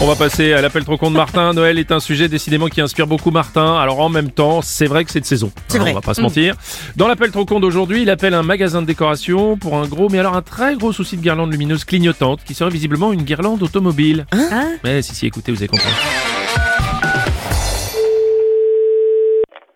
On va passer à l'appel trop con de Martin. Noël est un sujet décidément qui inspire beaucoup Martin. Alors en même temps, c'est vrai que c'est de saison. C'est Hein, vrai. Mm. On va pas se mentir. Dans l'appel trop con d'aujourd'hui, il appelle un magasin de décoration pour un gros, mais alors un très gros souci de guirlande lumineuse clignotante qui serait visiblement une guirlande automobile. Hein mais si, si, écoutez, vous allez comprendre.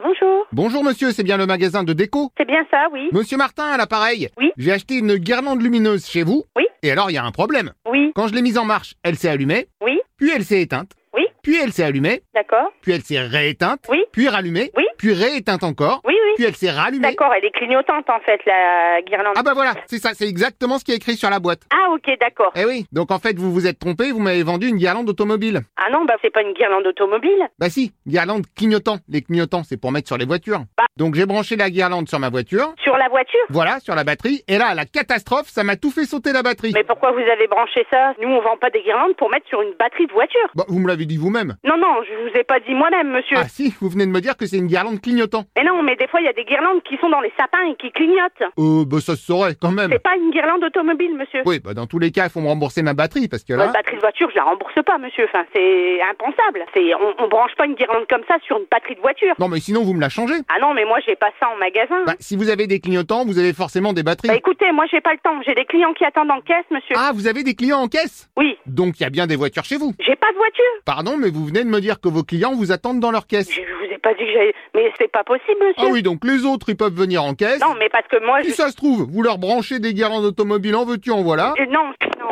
Bonjour, Bonjour monsieur, c'est bien le magasin de déco c'est bien ça, oui. Monsieur Martin à l'appareil. Oui. J'ai acheté une guirlande lumineuse chez vous. Oui. Et alors il y a un problème. Oui, Quand je l'ai mise en marche, elle s'est allumée, oui, puis elle s'est éteinte, oui, puis elle s'est allumée, d'accord. puis elle s'est rééteinte, Oui. puis rallumée, Oui. puis rééteinte encore, Oui, oui. puis elle s'est rallumée. D'accord, elle est clignotante en fait, la guirlande. Ah bah voilà, c'est ça, c'est exactement ce qui est écrit sur la boîte. Ah, ok, d'accord. Eh oui, donc en fait vous vous êtes trompé, vous m'avez vendu une guirlande automobile. Ah non, bah c'est pas une guirlande automobile. Bah si, guirlande clignotant. Les clignotants, c'est pour mettre sur les voitures. Bah. Donc j'ai branché la guirlande sur ma voiture, Sur la voiture voilà, sur la batterie, et là, la catastrophe, ça m'a tout fait sauter la batterie. Mais pourquoi vous avez branché ça Nous, on vend pas des guirlandes pour mettre sur une batterie de voiture. Bah, vous me l'avez dit vous-même. Non, non, je vous ai pas dit moi-même, monsieur. Ah si, vous venez de me dire que c'est une guirlande clignotant. Mais non, mais des fois, il y a des guirlandes qui sont dans les sapins et qui clignotent. Euh, bah ça se saurait quand même. C'est pas une guirlande automobile, monsieur. Oui, bah dans tous les cas, il faut me rembourser ma batterie, parce que là... Votre batterie de voiture, je la rembourse pas, monsieur. Enfin, c'est impensable. C'est, on, on branche pas une guirlande comme ça sur une batterie de voiture. Non mais sinon, vous me la changez. Ah non, mais moi, j'ai pas ça en magasin. Bah, si vous avez des clignotants, vous avez forcément des batteries. Bah écoutez, moi j'ai pas le temps, j'ai des clients qui attendent en caisse, monsieur. ah, vous avez des clients en caisse Oui, Donc il y a bien des voitures chez vous. j'ai pas de voiture. Pardon, mais vous venez de me dire que vos clients vous attendent dans leur caisse. Je je vous ai pas dit que j'allais. Mais c'est pas possible, Ah monsieur. oui, donc les autres, ils peuvent venir en caisse. Non, mais parce que moi. Si Je... ça se trouve, vous leur branchez des guirlandes automobiles en veux-tu, en voilà. Euh, Non, non.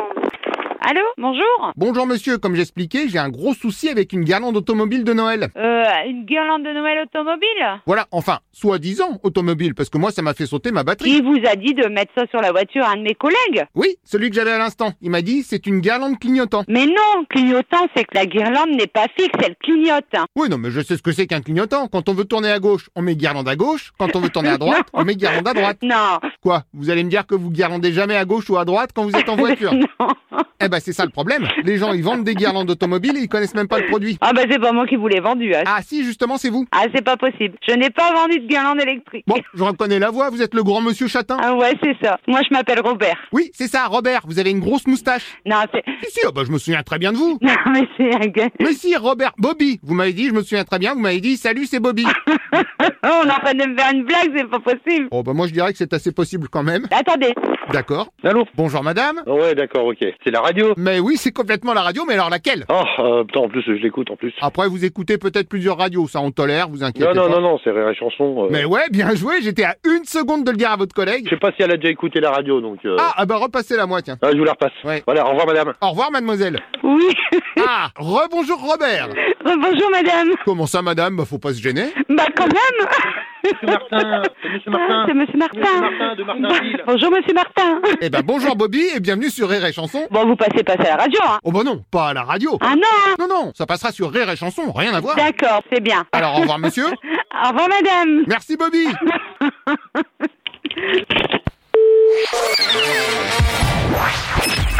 Allô, bonjour. Bonjour monsieur, comme j'expliquais, j'ai un gros souci avec une guirlande automobile de Noël. Euh, une guirlande de Noël automobile Voilà, enfin, soi-disant automobile, parce que moi ça m'a fait sauter ma batterie. Qui vous a dit de mettre ça sur la voiture, un de mes collègues Oui, celui que j'avais à l'instant. Il m'a dit, c'est une guirlande clignotant. Mais non, clignotant, c'est que la guirlande n'est pas fixe, elle clignote. Oui, non, mais je sais ce que c'est qu'un clignotant. Quand on veut tourner à gauche, on met guirlande à gauche. Quand on veut tourner à droite, on met guirlande à droite. Non, Quoi Vous allez me dire que vous guirlandez jamais à gauche ou à droite quand vous êtes en voiture non. Eh ben, c'est ça le problème. Les gens, ils vendent des guirlandes automobiles et ils connaissent même pas le produit. Ah bah c'est pas moi qui vous l'ai vendu. hein. Ah, Ah si, justement, c'est vous. c'est pas possible. Je n'ai pas vendu de guirlande électrique. Bon, je reconnais la voix, vous êtes le grand monsieur Chatin. Ah ouais, c'est ça. Moi je m'appelle Robert. Oui, c'est ça, Robert, vous avez une grosse moustache. Non, c'est... Si, si, ah bah, je me souviens très bien de vous. Non, mais c'est un gars... Mais si, Robert, Bobby, vous m'avez dit, je me souviens très bien, vous m'avez dit, salut, c'est Bobby. Oh, on est en train de me faire une blague, c'est pas possible. Oh, bah, moi, je dirais que c'est assez possible quand même. Attendez. D'accord. Allô Bonjour, madame. Ouais, d'accord, ok. C'est la radio Mais oui, c'est complètement la radio, mais alors laquelle Oh, euh, putain, en plus, je l'écoute, en plus. Après, vous écoutez peut-être plusieurs radios, ça, on tolère, vous inquiétez non, non, pas. non, non, c'est Rire et Chanson. euh. Mais ouais, bien joué, j'étais à une seconde de le dire à votre collègue. Je sais pas si elle a déjà écouté la radio, donc... Euh... Ah, ah bah, repassez-la moi, tiens. ah, je vous la repasse. Ouais. Voilà, au revoir, madame. Au revoir, mademoiselle. Oui. Ah, rebonjour, Robert. Bonjour madame. Comment ça, madame Bah, faut pas se gêner. Bah quand même Ah, Martin, c'est Monsieur Martin. C'est Monsieur Martin. Martin de Martinville. Bonjour Monsieur Martin. Eh ben, bonjour, Bobby, et bienvenue sur Rire et Chanson. Bon, vous passez pas à la radio, hein Oh, bah non, pas à la radio. Ah non Non, non, ça passera sur Rire et Chanson, rien à voir. D'accord, c'est bien. Alors, au revoir, monsieur. Au revoir madame. Merci, Bobby.